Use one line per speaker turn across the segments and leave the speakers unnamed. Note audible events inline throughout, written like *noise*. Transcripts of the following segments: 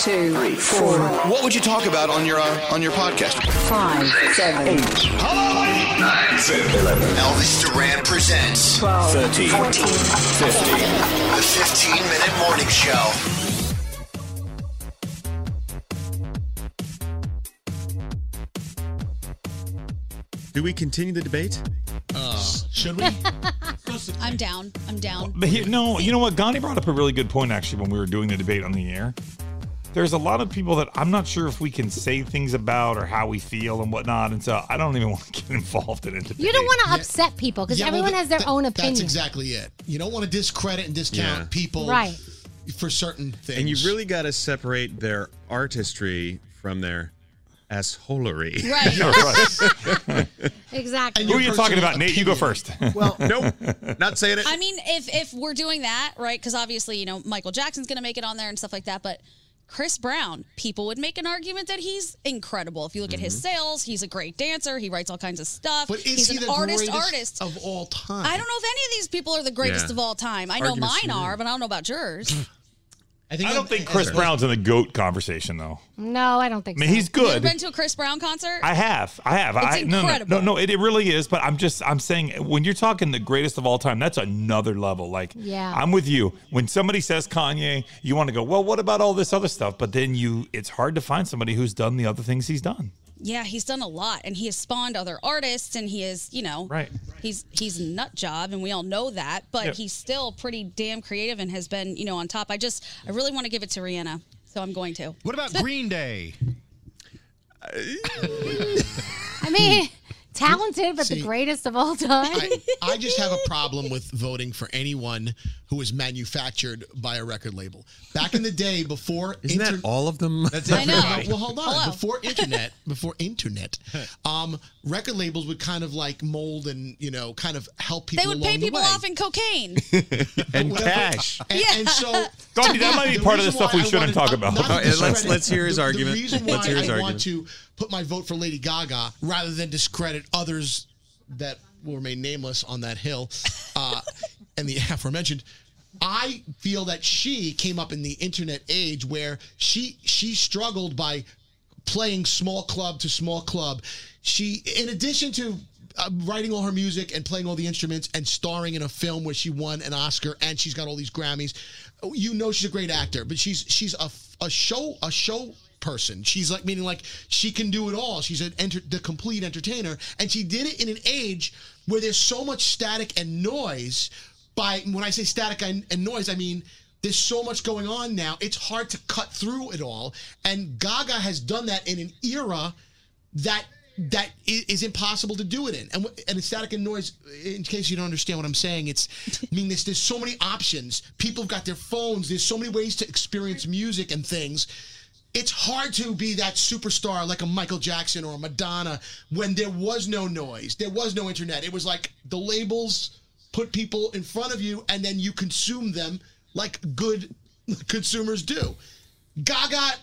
two, three, four,
What would you talk about on your uh, on your podcast?
five, seven, eight,
Elvis Duran presents
12,
13, 15.
the 15 minute morning show.
Do we continue the debate?
Should we?
I'm down. I'm down.
But he, no, you know what? Gandhi brought up a really good point actually when we were doing the debate on the air. There's a lot of people that I'm not sure if we can say things about or how we feel and whatnot, and so I don't even *laughs* want to get involved in it.
You don't want to upset people because
Yeah, well,
everyone
th-
has their
th-
own opinion.
That's exactly it. You don't want to discredit and discount
Yeah.
people
Right.
for certain things.
And you really got to separate their artistry from their assholery. *laughs*
Right.
*laughs*
Exactly.
And
Who are
your
you talking
personal
about, Nate? You go
opinion.
first. *laughs*
Well, nope, not saying it.
I mean, if if we're doing that, right? Because obviously, you know, Michael Jackson's going to make it on there and stuff like that. But Chris Brown, people would make an argument that he's incredible. If you look at his sales, he's a great dancer. He writes all kinds of stuff.
But is
he's
he
an
the
artist.
greatest
Artist.
of all time?
I don't know if any of these people are the greatest
Yeah.
of all time. I know
Arguments
mine
you
are,
made.
but I don't know about yours.
I, think
I don't
I'm-
think Chris
as-
Brown's in the goat conversation though.
no, I don't think
I mean,
so.
he's
You ever
good.
been to a Chris Brown concert?
I have, I have. I, no, no,
incredible.
no, no. It, it really is. But I'm just, I'm saying, when you're talking the greatest of all time, that's another level. Like,
Yeah.
I'm with you. When somebody says Kanye, you want to go, well, what about all this other stuff? But then you, it's hard to find somebody who's done the other things he's done.
yeah, he's done a lot, and he has spawned other artists, and he is, you know,
Right.
He's he's a nut job, and we all know that. But
Yeah.
he's still pretty damn creative, and has been, you know, on top. I just, I really want to give it to Rihanna, so I'm going to.
What about Green Day?
I mean, *laughs* Talented, but the
hmm. See,
greatest of all time.
*laughs* I, I just have a problem with voting for anyone who was manufactured by a record
*laughs*
label. Back in the day, before
Isn't
inter-
that all of them? That's
No, Well, hold on.
*laughs*
Before internet, before
*laughs*
internet, um, record labels would kind of like mold and you know, kind of help people.
They would
along
pay
the
people
way.
off in cocaine.
and
Whatever.
cash.
And, and so,
Gandhi, that might be
the
part of the
reason
stuff
why
we
I wanted-
shouldn't talk
I'm
about.
not
All right, let's-
discrediting-
let's hear his
the-
argument.
The reason why
Let's hear his
I
argument.
want to put my vote for Lady Gaga rather than discredit others that will remain nameless on that hill, uh, and the aforementioned. I feel that she came up in the internet age where she she struggled by playing small club to small club. She, in addition to uh, writing all her music and playing all the instruments and starring in a film where she won an Oscar and she's got all these Grammys, you know she's a great actor. But she's she's a, a show a show person. She's like meaning like she can do it all. She's an enter, the complete entertainer, and she did it in an age where there's so much static and noise. By when I say static and, and noise, I mean there's so much going on now. It's hard to cut through it all. And Gaga has done that in an era that that i- is impossible to do it in. And wh- and it's static and noise. In case you don't understand what I'm saying, it's I mean there's there's so many options. People have got their phones. There's so many ways to experience music and things. It's hard to be that superstar like a Michael Jackson or a Madonna when there was no noise. There was no internet. It was like the labels put people in front of you and then you consume them like good consumers do. Gaga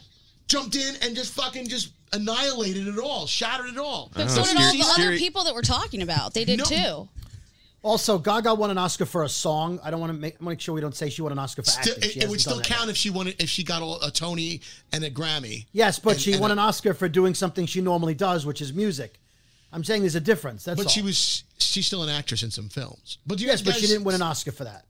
jumped in and just fucking just annihilated it all, shattered it all.
But so did all
scary-
the other
scary-
people that we're talking about. They did
No.
too.
Also, Gaga won an Oscar for a song. I don't want to make, make sure we don't say she won an Oscar for
Still-
acting. She
it, it would
hasn't
still
done that yet.
count if she won it, if she got all, a Tony and a Grammy.
Yes, but
And-
she
and
won
a-
an Oscar for doing something she normally does, which is music. I'm saying there's a difference. That's
But
all.
she was she's still an actress in some films. But do you
yes, but
guys-
she didn't win an Oscar for that.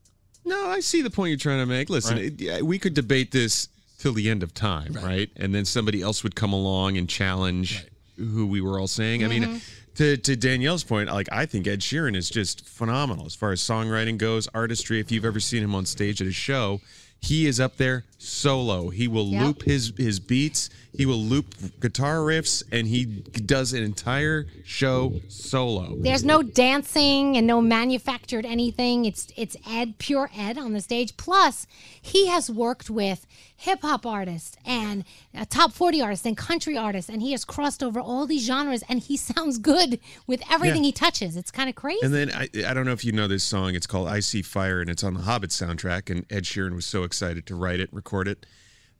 No, I see the point you're trying to make. Listen, it, yeah, we could debate this till the end of time, right? And then somebody else would come along and challenge who we were all saying. I mean,
Mm-hmm.
to, to Danielle's point, like I think Ed Sheeran is just phenomenal as far as songwriting goes, artistry. If you've ever seen him on stage at a show, he is up there solo. He will
Yep.
loop his his beats, he will loop guitar riffs, and he does an entire show solo.
There's no dancing and no manufactured anything. It's it's Ed, pure Ed on the stage. Plus, he has worked with hip hop artists and uh, top 40 artists and country artists, and he has crossed over all these genres. And he *laughs* sounds good with everything
Yeah.
he touches. It's kind of crazy.
And then I, I don't know if you know this song. It's called "I See Fire" and it's on the Hobbit soundtrack. And Ed Sheeran was so excited to write it, record it.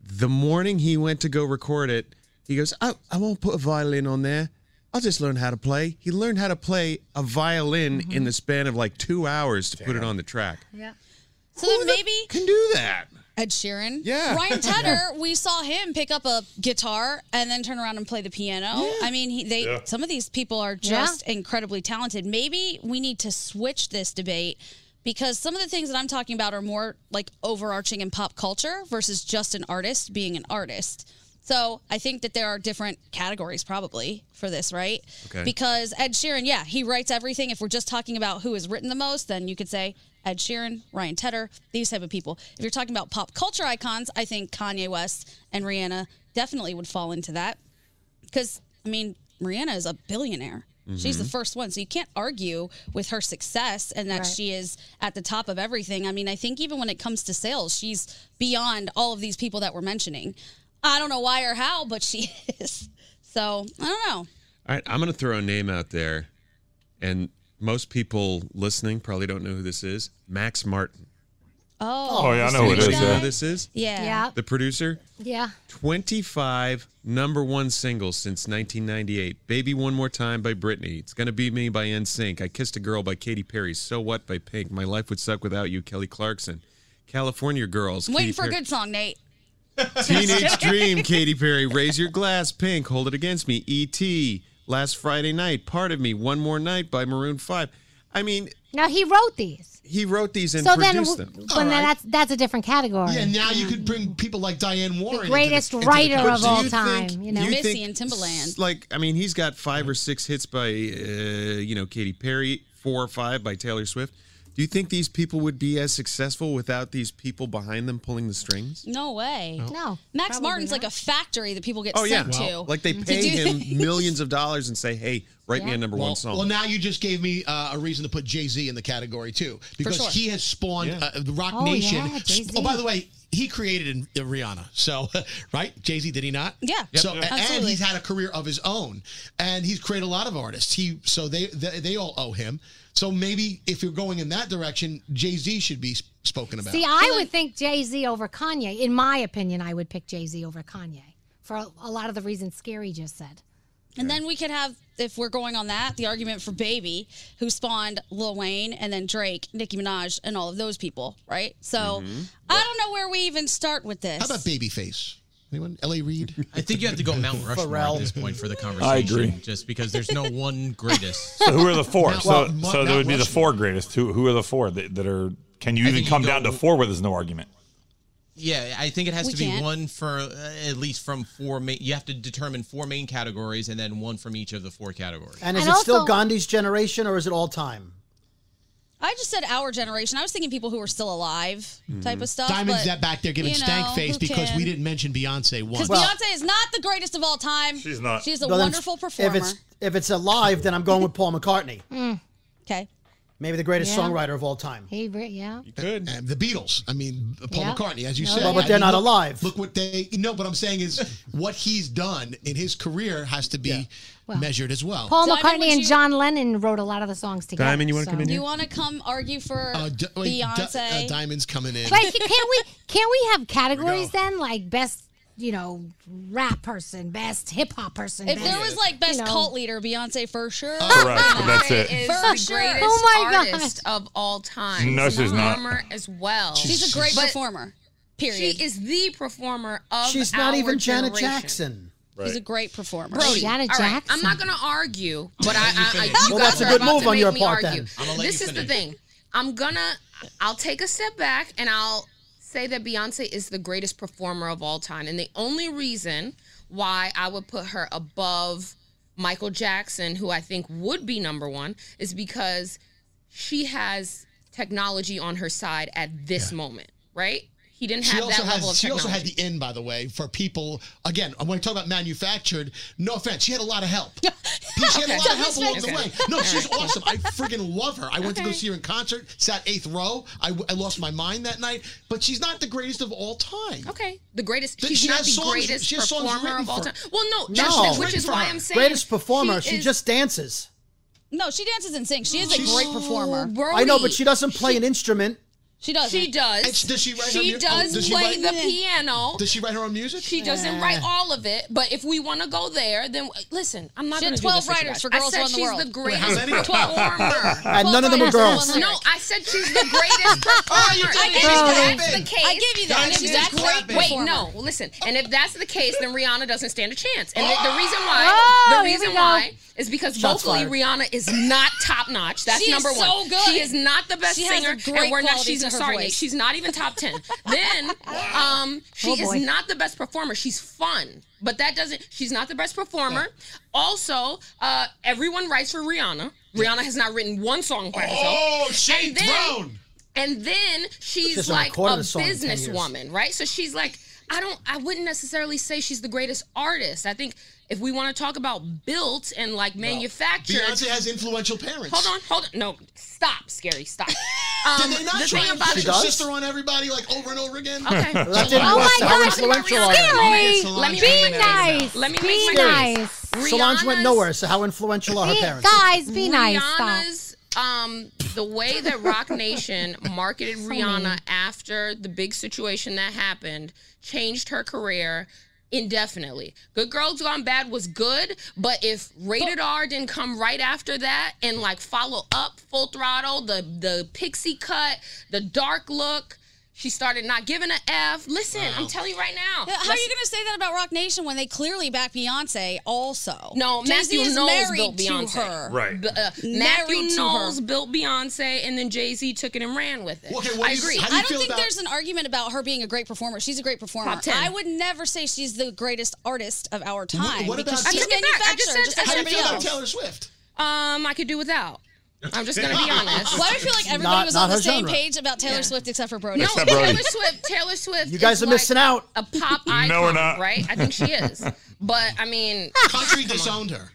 The morning he went to go record it, he goes, "Oh, I won't put a violin on there. I'll just learn how to play." He learned how to play a violin in the span of like two hours to put it on the track.
So then maybe
Can do that.
Ed Sheeran.
*laughs*
Yeah.
*laughs*
*laughs*
Ryan Tedder, we saw him pick up a guitar and then turn around and play the piano. I mean, he, they
Yeah.
some of these people are just incredibly talented. Maybe we need to switch this debate because some of the things that I'm talking about are more like overarching in pop culture versus just an artist being an artist. So I think that there are different categories probably for this, right?
Okay.
Because Ed Sheeran, yeah, he writes everything. If we're just talking about who has written the most, then you could say Ed Sheeran, Ryan Tedder, these type of people. If you're talking about pop culture icons, I think Kanye West and Rihanna definitely would fall into that. Because I mean, Rihanna is a billionaire. She's the
Mm-hmm.
first one, so you can't argue with her success and that
Right.
she is at the top of everything. I mean, I think even when it comes to sales, she's beyond all of these people that we're mentioning. I don't know why or how, but she *laughs* is. So I don't know.
All right, I'm going to throw a name out there, and most people listening probably don't know who this is. Max Martin.
Oh,
Oh, yeah, I know who it
Swedish
is.
Anybody know
guy?
who this is?
Yeah.
yeah.
The producer.
Yeah.
25 number one singles since 1998. Baby One More Time by Britney. It's Gonna Be Me by NSYNC. I Kissed a Girl by Katy Perry. So What by Pink. My Life Would Suck Without You, Kelly Clarkson. California Girls.
I'm waiting
Katy
for a
Perry.
good song, Nate.
*laughs*
*laughs*
Teenage Dream, Katy Perry. Raise Your Glass, Pink. Hold It Against Me, E.T. Last Friday Night, Part of Me, One More Night by Maroon 5. I mean,
Now he wrote these.
he wrote these and
so then,
produced
w-
them.
when that's that's a different category.
Oh, Yeah, now you could bring people like Diane Warren, into
greatest
into
writer of
conversation.
all
you
time, you know?
Missy
think
and Timbaland.
s- Like, I mean, he's got five or six hits by, uh, you know, Katy Perry, four or five by Taylor Swift. Do you think these people would be as successful without these people behind them pulling the strings?
No way.
No.
Max Martin's like a factory that people get
Oh yeah,
sent to.
like they pay
do *laughs*
him millions of dollars and say, "Hey, Write me a number one song.
Well, now you just gave me uh, a reason to put Jay Z in the category too, because
sure.
he has spawned
Yeah.
uh, the Rock
Oh,
Nation.
yeah, Jay-Z.
oh, by the way, he created in, uh, Rihanna. So, *laughs* right, Jay Z did he not?
Yeah. Yep.
So and
Absolutely.
he's had a career of his own, and he's created a lot of artists. He so they they, they all owe him. So maybe if you're going in that direction, Jay Z should be sp- spoken about.
See, I would think Jay Z over Kanye. In my opinion, I would pick Jay Z over Kanye for a, a lot of the reasons Scary just said.
And then we could have, if we're going on that, the argument for Baby, who spawned Lil Wayne and then Drake, Nicki Minaj, and all of those people, right? So
Mm-hmm.
I don't know where we even start with this.
Mm-hmm. How about Babyface? Anyone? L.A. Reid.
I think you have to go Mount Rushmore
Pharrell.
at this point for the conversation.
agree.
Just because there's no one greatest.
So who are the four?
Mount-
so
Mount-
so there
Mount
would be the
Rushmore.
four greatest. Who who are the four that, that are? Can you even
think you
come down
go-
to four where there's no argument?
Yeah, I think it has
We
to be
can't.
one for uh, at least from four main. You have to determine four main categories and then one from each of the four categories.
And is
And
it still
also-
Gandhi's generation or is it all time?
I just said our generation. I was thinking people who are still alive type of stuff.
Mm-hmm. Diamond's
but,
that back there giving
you know,
stank face
who
because
can?
we didn't mention Beyonce
Because
once.
Beyonce is not the greatest of all time. She's
not.
She's a
Well, then
wonderful
If
performer.
it's if it's alive, then I'm going with Paul McCartney,
Hmm.
Okay.
maybe the greatest
Yeah.
songwriter of all time.
Hey, Brit, yeah.
Good.
And the Beatles. I mean, Paul
Yeah.
McCartney, as you
No,
said.
Well,
but
I
they're
mean,
not
look-
alive.
Look what they. No, what I'm saying is, what he's done in his career has to be measured as well.
Paul
Diamond,
McCartney
would
and
you-
John Lennon wrote a lot of the songs together.
Diamond, you wanna come in
Do
here?
you want to come argue for
Uh, Di- wait, Di-
Beyonce?
uh, Diamond's coming in.
But can we can we have categories then, like best you know rap person, best hip hop person?
if
best-
there was like best
know.
cult leader, Beyonce for sure.
Oh.
Correct. That's it.
For sure.
oh my god,
Of all time.
No, she's not.
As well.
She's a great performer. Period.
She is the performer of
She's not
our
even Janet
generation.
Jackson.
She's a great performer.
Brody,
Janet
all right, I'm
Jackson.
not going to argue, but I, I, I you
Well,
guys
that's a
are
good
about
move
to
on
make
your
me
part
argue.
then.
I'ma let
This
you
is the
finish.
thing. I'm gonna. I'll take a step back and I'll say that Beyonce is the greatest performer of all time, and the only reason why I would put her above Michael Jackson, who I think would be number one, is because she has technology on her side at this moment, right? He didn't
She
have
also,
that level of
has, she
technology.
also had the in, by the way, for people. Again, when we talk about manufactured, no offense, she had a lot of help. She had a lot of help along the
Okay.
way. No, she's awesome. I friggin' love her. I went to go see her in concert, sat eighth row. I, I lost my mind that night, but she's not the greatest of all time.
Okay, the greatest.
Th-
She's
she
not
has
the
songs-
greatest
she has songs
performer
written
of all
for her.
time. Well, no,
No.
that's-
Songs
Oh, which
written
is
for
why
her.
I'm saying
Greatest performer. She,
is-
just dances.
No, she dances and sings. She is a great performer.
I know, but
Brody,
she doesn't play an instrument.
She does.
She
And
does.
sh- does she write her mu-
does
does she
play
write-
the piano.
Does she write her own music?
she doesn't write all of it, but if we want to go there, then listen. I'm not
She had
going to
12
do this with you
writers
guys.
for
I
Girls
said
Around the
she's
World.
the
how
greatest
many?
performer.
*laughs* And none of them are girls.
No, I said she's the
*laughs*
greatest
Oh,
performer.
I
if
give you that.
that's the case,
I give you that.
then
She's
that's
a great
wait,
performer.
no, listen. And if that's the case, then Rihanna doesn't stand a chance. And the, the
*gasps*
reason
*gasps*
why,
Oh,
the
here we
reason
go.
why is because
Shots
vocally
fired.
Rihanna is not top notch. That's
She is
number one.
so good.
She is not the best
She has
singer,
a great
and we're not.
quality
She's
to her
sorry, Nick,
voice.
she's not even
*laughs*
top ten. then, um, she
Oh,
is
boy.
not the best performer. She's fun, but that doesn't. She's not the best performer. Also, uh, everyone writes for Rihanna. Rihanna has not written one song by herself.
Oh, she
And then-
thrown.
And then she's
hasn't
like a,
recorded a song in 10 years.
businesswoman, right? So she's like, I don't, I wouldn't necessarily say she's the greatest artist. I think if we want to talk about built and like manufactured,
Beyonce has influential parents.
hold on, hold on, no, stop, scary, stop.
Did
Um,
they not
the
try
thing
and
about
push
it,
her
does?
sister on everybody like over and over again? *laughs*
okay.
That didn't
Oh
work.
my
How
God,
influential are you?
Scary.
Let me
be
make my case.
nice.
Let me
be
make my
nice.
Solange went
Rihanna's-
nowhere, so how influential are her
Be-
parents?
guys, be nice. Stop.
Rihanna's um the way
*laughs*
that Rock Nation marketed Rihanna after the big situation that happened changed her career indefinitely. Good Girls Gone Bad was good, but if Rated R didn't come right after that and like follow up Full Throttle, the the pixie cut, the dark look, she started not giving a F. Listen, I'm telling you right now.
How are you going to say that about Rock Nation when they clearly back Beyonce also?
No,
Jay-Z
Matthew
is
Knowles
married
built
to
Beyonce.
her.
Right.
B- uh,
Married
Matthew
to
Knowles
her.
built Beyonce, and then Jay Z took it and ran with it.
Okay, what
I
do you-
agree.
how do
I
you
don't
feel
think
about-
there's an argument about her being a great performer. She's a great performer.
Top 10.
I would never say she's the greatest artist of our time.
what
because
about- I
she's
took it back. I
manufactured
just
just,
said- I
like
How do you
everybody
said
feel about
else.
Taylor Swift?
um, I could do without. *laughs* I'm just gonna
*laughs*
be honest.
Why do I feel like everybody
Not-
was
not
on the
her
same
genre.
page about Taylor Swift except for Brody?
No,
Except Brody.
Taylor Swift. Taylor Swift.
You guys
is
are
like
missing out.
A pop icon,
we're
*laughs*
not.
right? I think she is. But I mean,
Country disowned her.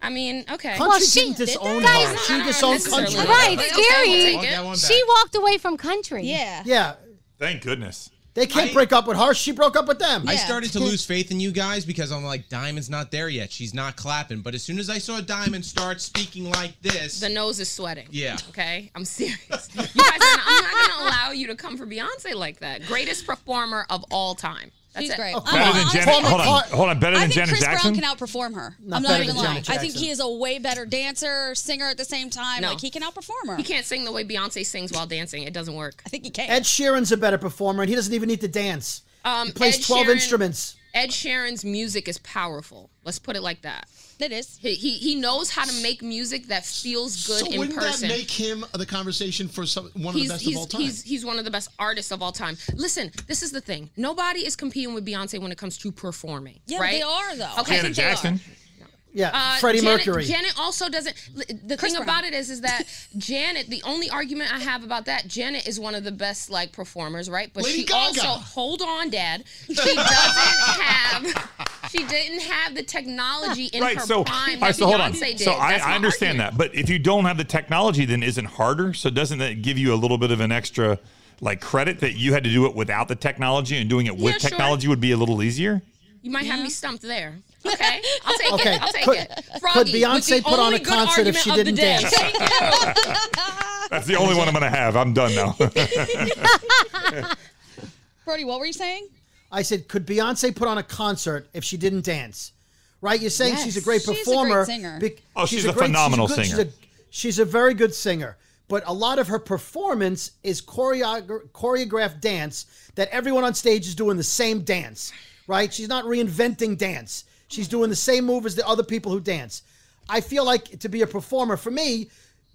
I mean, okay.
Well, Country she- didn't disown guys, her. She
I don't
disowned
necessarily
Country.
love her,
Right,
but okay,
Gary,
we'll take it.
She walked away from country.
Yeah.
Yeah.
Thank goodness.
They can't break up with her. She broke up with them.
I started to lose faith in you guys because I'm like, Diamond's not there yet. She's not clapping. But as soon as I saw Diamond start speaking like this,
The nose is sweating.
Yeah.
Okay. I'm serious. *laughs* You guys are not, I'm not going to allow you to come for Beyonce like that. Greatest performer of all time. That's
She's
it.
great.
Better than Janet- hold on, hold on, better
I
than
think
Janet
Chris
Jackson?
Brown can outperform her.
Not
I'm not
better
even
than
lying.
Janet
I think
Jackson.
he is a way better dancer, singer
*laughs*
at the *laughs* same time.
No.
Like he can outperform her.
He can't sing the way Beyonce sings while dancing. It doesn't work.
I think he can.
Ed Sheeran's a better performer, and he doesn't even need to dance.
Um,
he plays
Ed
twelve
Sheeran-
instruments.
Ed Sheeran's music is powerful. Let's put it like that.
It is.
He he, he knows how to make music that feels good
so
in
wouldn't
person.
that make him the conversation for some, one of the best
he's,
of all time?
He's, he's one of the best artists of all time. Listen, this is the thing. Nobody is competing with Beyonce when it comes to performing.
Yeah,
right?
they are, though.
Oh, Okay,
Janet Jackson.
Yeah,
Uh,
Freddie
Janet,
Mercury.
Janet also doesn't. li- The
Chris
thing
Brown.
about it is, is that *laughs* Janet. The only argument I have about that, Janet is one of the best like performers, right? But
Lady
she
Gaga.
also hold on, Dad. She
*laughs*
doesn't have. She didn't have the technology in
right.
her
So,
prime
all right,
that
so hold on.
Beyonce did.
So I,
That's my
I understand
argument.
that, but if you don't have the technology, then isn't harder. So doesn't that give you a little bit of an extra like credit that you had to do it without the technology and doing it with
Yeah, sure.
technology would be a little easier?
You might have me stumped there. Okay, I'll take
Okay,
it. I'll take
could-
it.
could
Froggy, with
Beyonce
the
put on
only
a
good
concert if
argument
she
of the
didn't
day.
dance?
Thank you.
*laughs* That's the only one I'm going to have. I'm
*laughs*
done now.
Brody, what were you saying?
I said, could Beyonce put on a concert if she didn't dance? Right? You're saying she's a great
She's a great
performer.
singer.
Oh, she's a phenomenal
good-
singer.
She's a, she's a very good singer. But a lot of her performance is choreog- choreographed dance that everyone on stage is doing the same dance, right? She's not reinventing dance. She's doing the same move as the other people who dance. I feel like to be a performer, for me,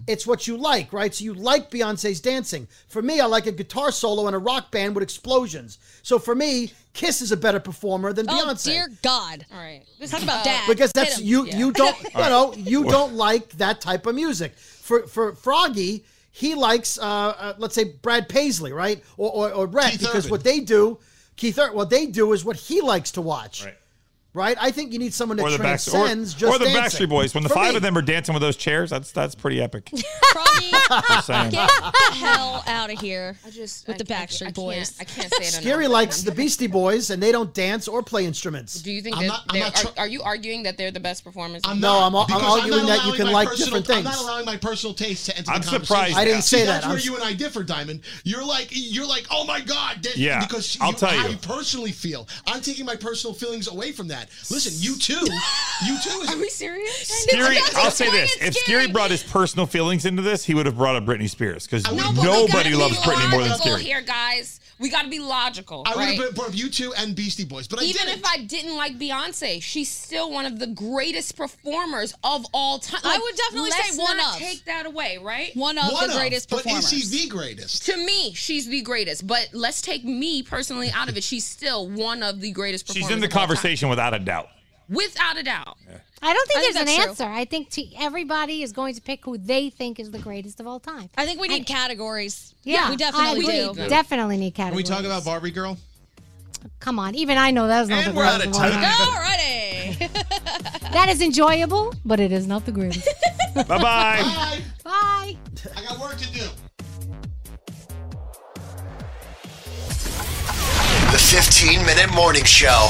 it's what you like, right? So you like Beyonce's dancing. For me, I like a guitar solo and a rock band with explosions. So for me, Kiss is a better performer than
Oh
Beyonce.
dear God!
All right.
Talk about
Uh,
dad.
*laughs* because
Hit
that's
him.
you you don't no no you don't like that type of music. For for Froggy, he likes uh, uh let's say Brad Paisley, right? Or or, or Rhett,
Keith
because
Urban.
what they do, Keith Ur- what they do is what he likes to watch.
Right.
Right? I think you need someone that
or the Backstreet or,
transcends just
or the
dancing.
Backstreet Boys when the
For
five
me.
of them are dancing with those chairs. That's that's
*laughs*
pretty epic.
Froggy,
Just saying.
get the hell out of here
I just
with
I-
the
I-
Backstreet
I can't-
Boys.
I can't say it enough.
Gary likes the Beastie Boys, and they don't dance or play instruments.
Do you think
I'm
that
not- I'm
they're-
not tr-
are, are you arguing that they're the best performers?
I'm
No,
not,
I'm- I'm
because
arguing
not
that you
allowing
can
my
like
personal-
different
I'm not
things.
allowing my personal taste to enter
I'm
the
surprised-
conversation.
I didn't
say
See,
that.
That's
I'm
where
s-
you and I differ, Diamond. You're like you're like, oh my god, that-
Yeah,
Because
I'll tell you.
I personally feel. I'm taking my personal feelings away from that. Listen, you too. you too. Is,
Are we serious?
Scary,
That's
I'll
his
say
point,
this:
it's
if
scary.
Scary brought his personal feelings into this, he would have brought up Britney Spears because
No, but we
nobody
gotta
loves
be
Britney more than
logical
Scary.
Here, guys, we got to be logical,
I would
right?
have brought up you two and Beastie Boys, but I
Even
didn't.
if I didn't like Beyonce, she's still one of the greatest performers of all time.
I
Like,
would definitely
let's
say one
not
of.
Take that away, right?
One of
One
the greatest
but
performers.
is he the greatest?
To me, she's the greatest. But let's take me personally out of it. She's still one of the greatest performers.
She's in the
of all time.
conversation without a doubt.
without a doubt.
I don't think
I think
there's an
that's true.
answer. I think to, everybody is going to pick who they think is the greatest of all time.
I think we need categories.
Yeah,
we definitely
I agree.
do.
do.
Definitely need
can we
categories.
talk about Barbie Girl?
Come on, even I know that is not
And
the
we're
greatest.
out of
of all
time.
Alrighty. *laughs*
That is enjoyable, but it is not the greatest.
Bye bye.
I,
Bye.
I got work to do.
The 15 Minute Morning Show.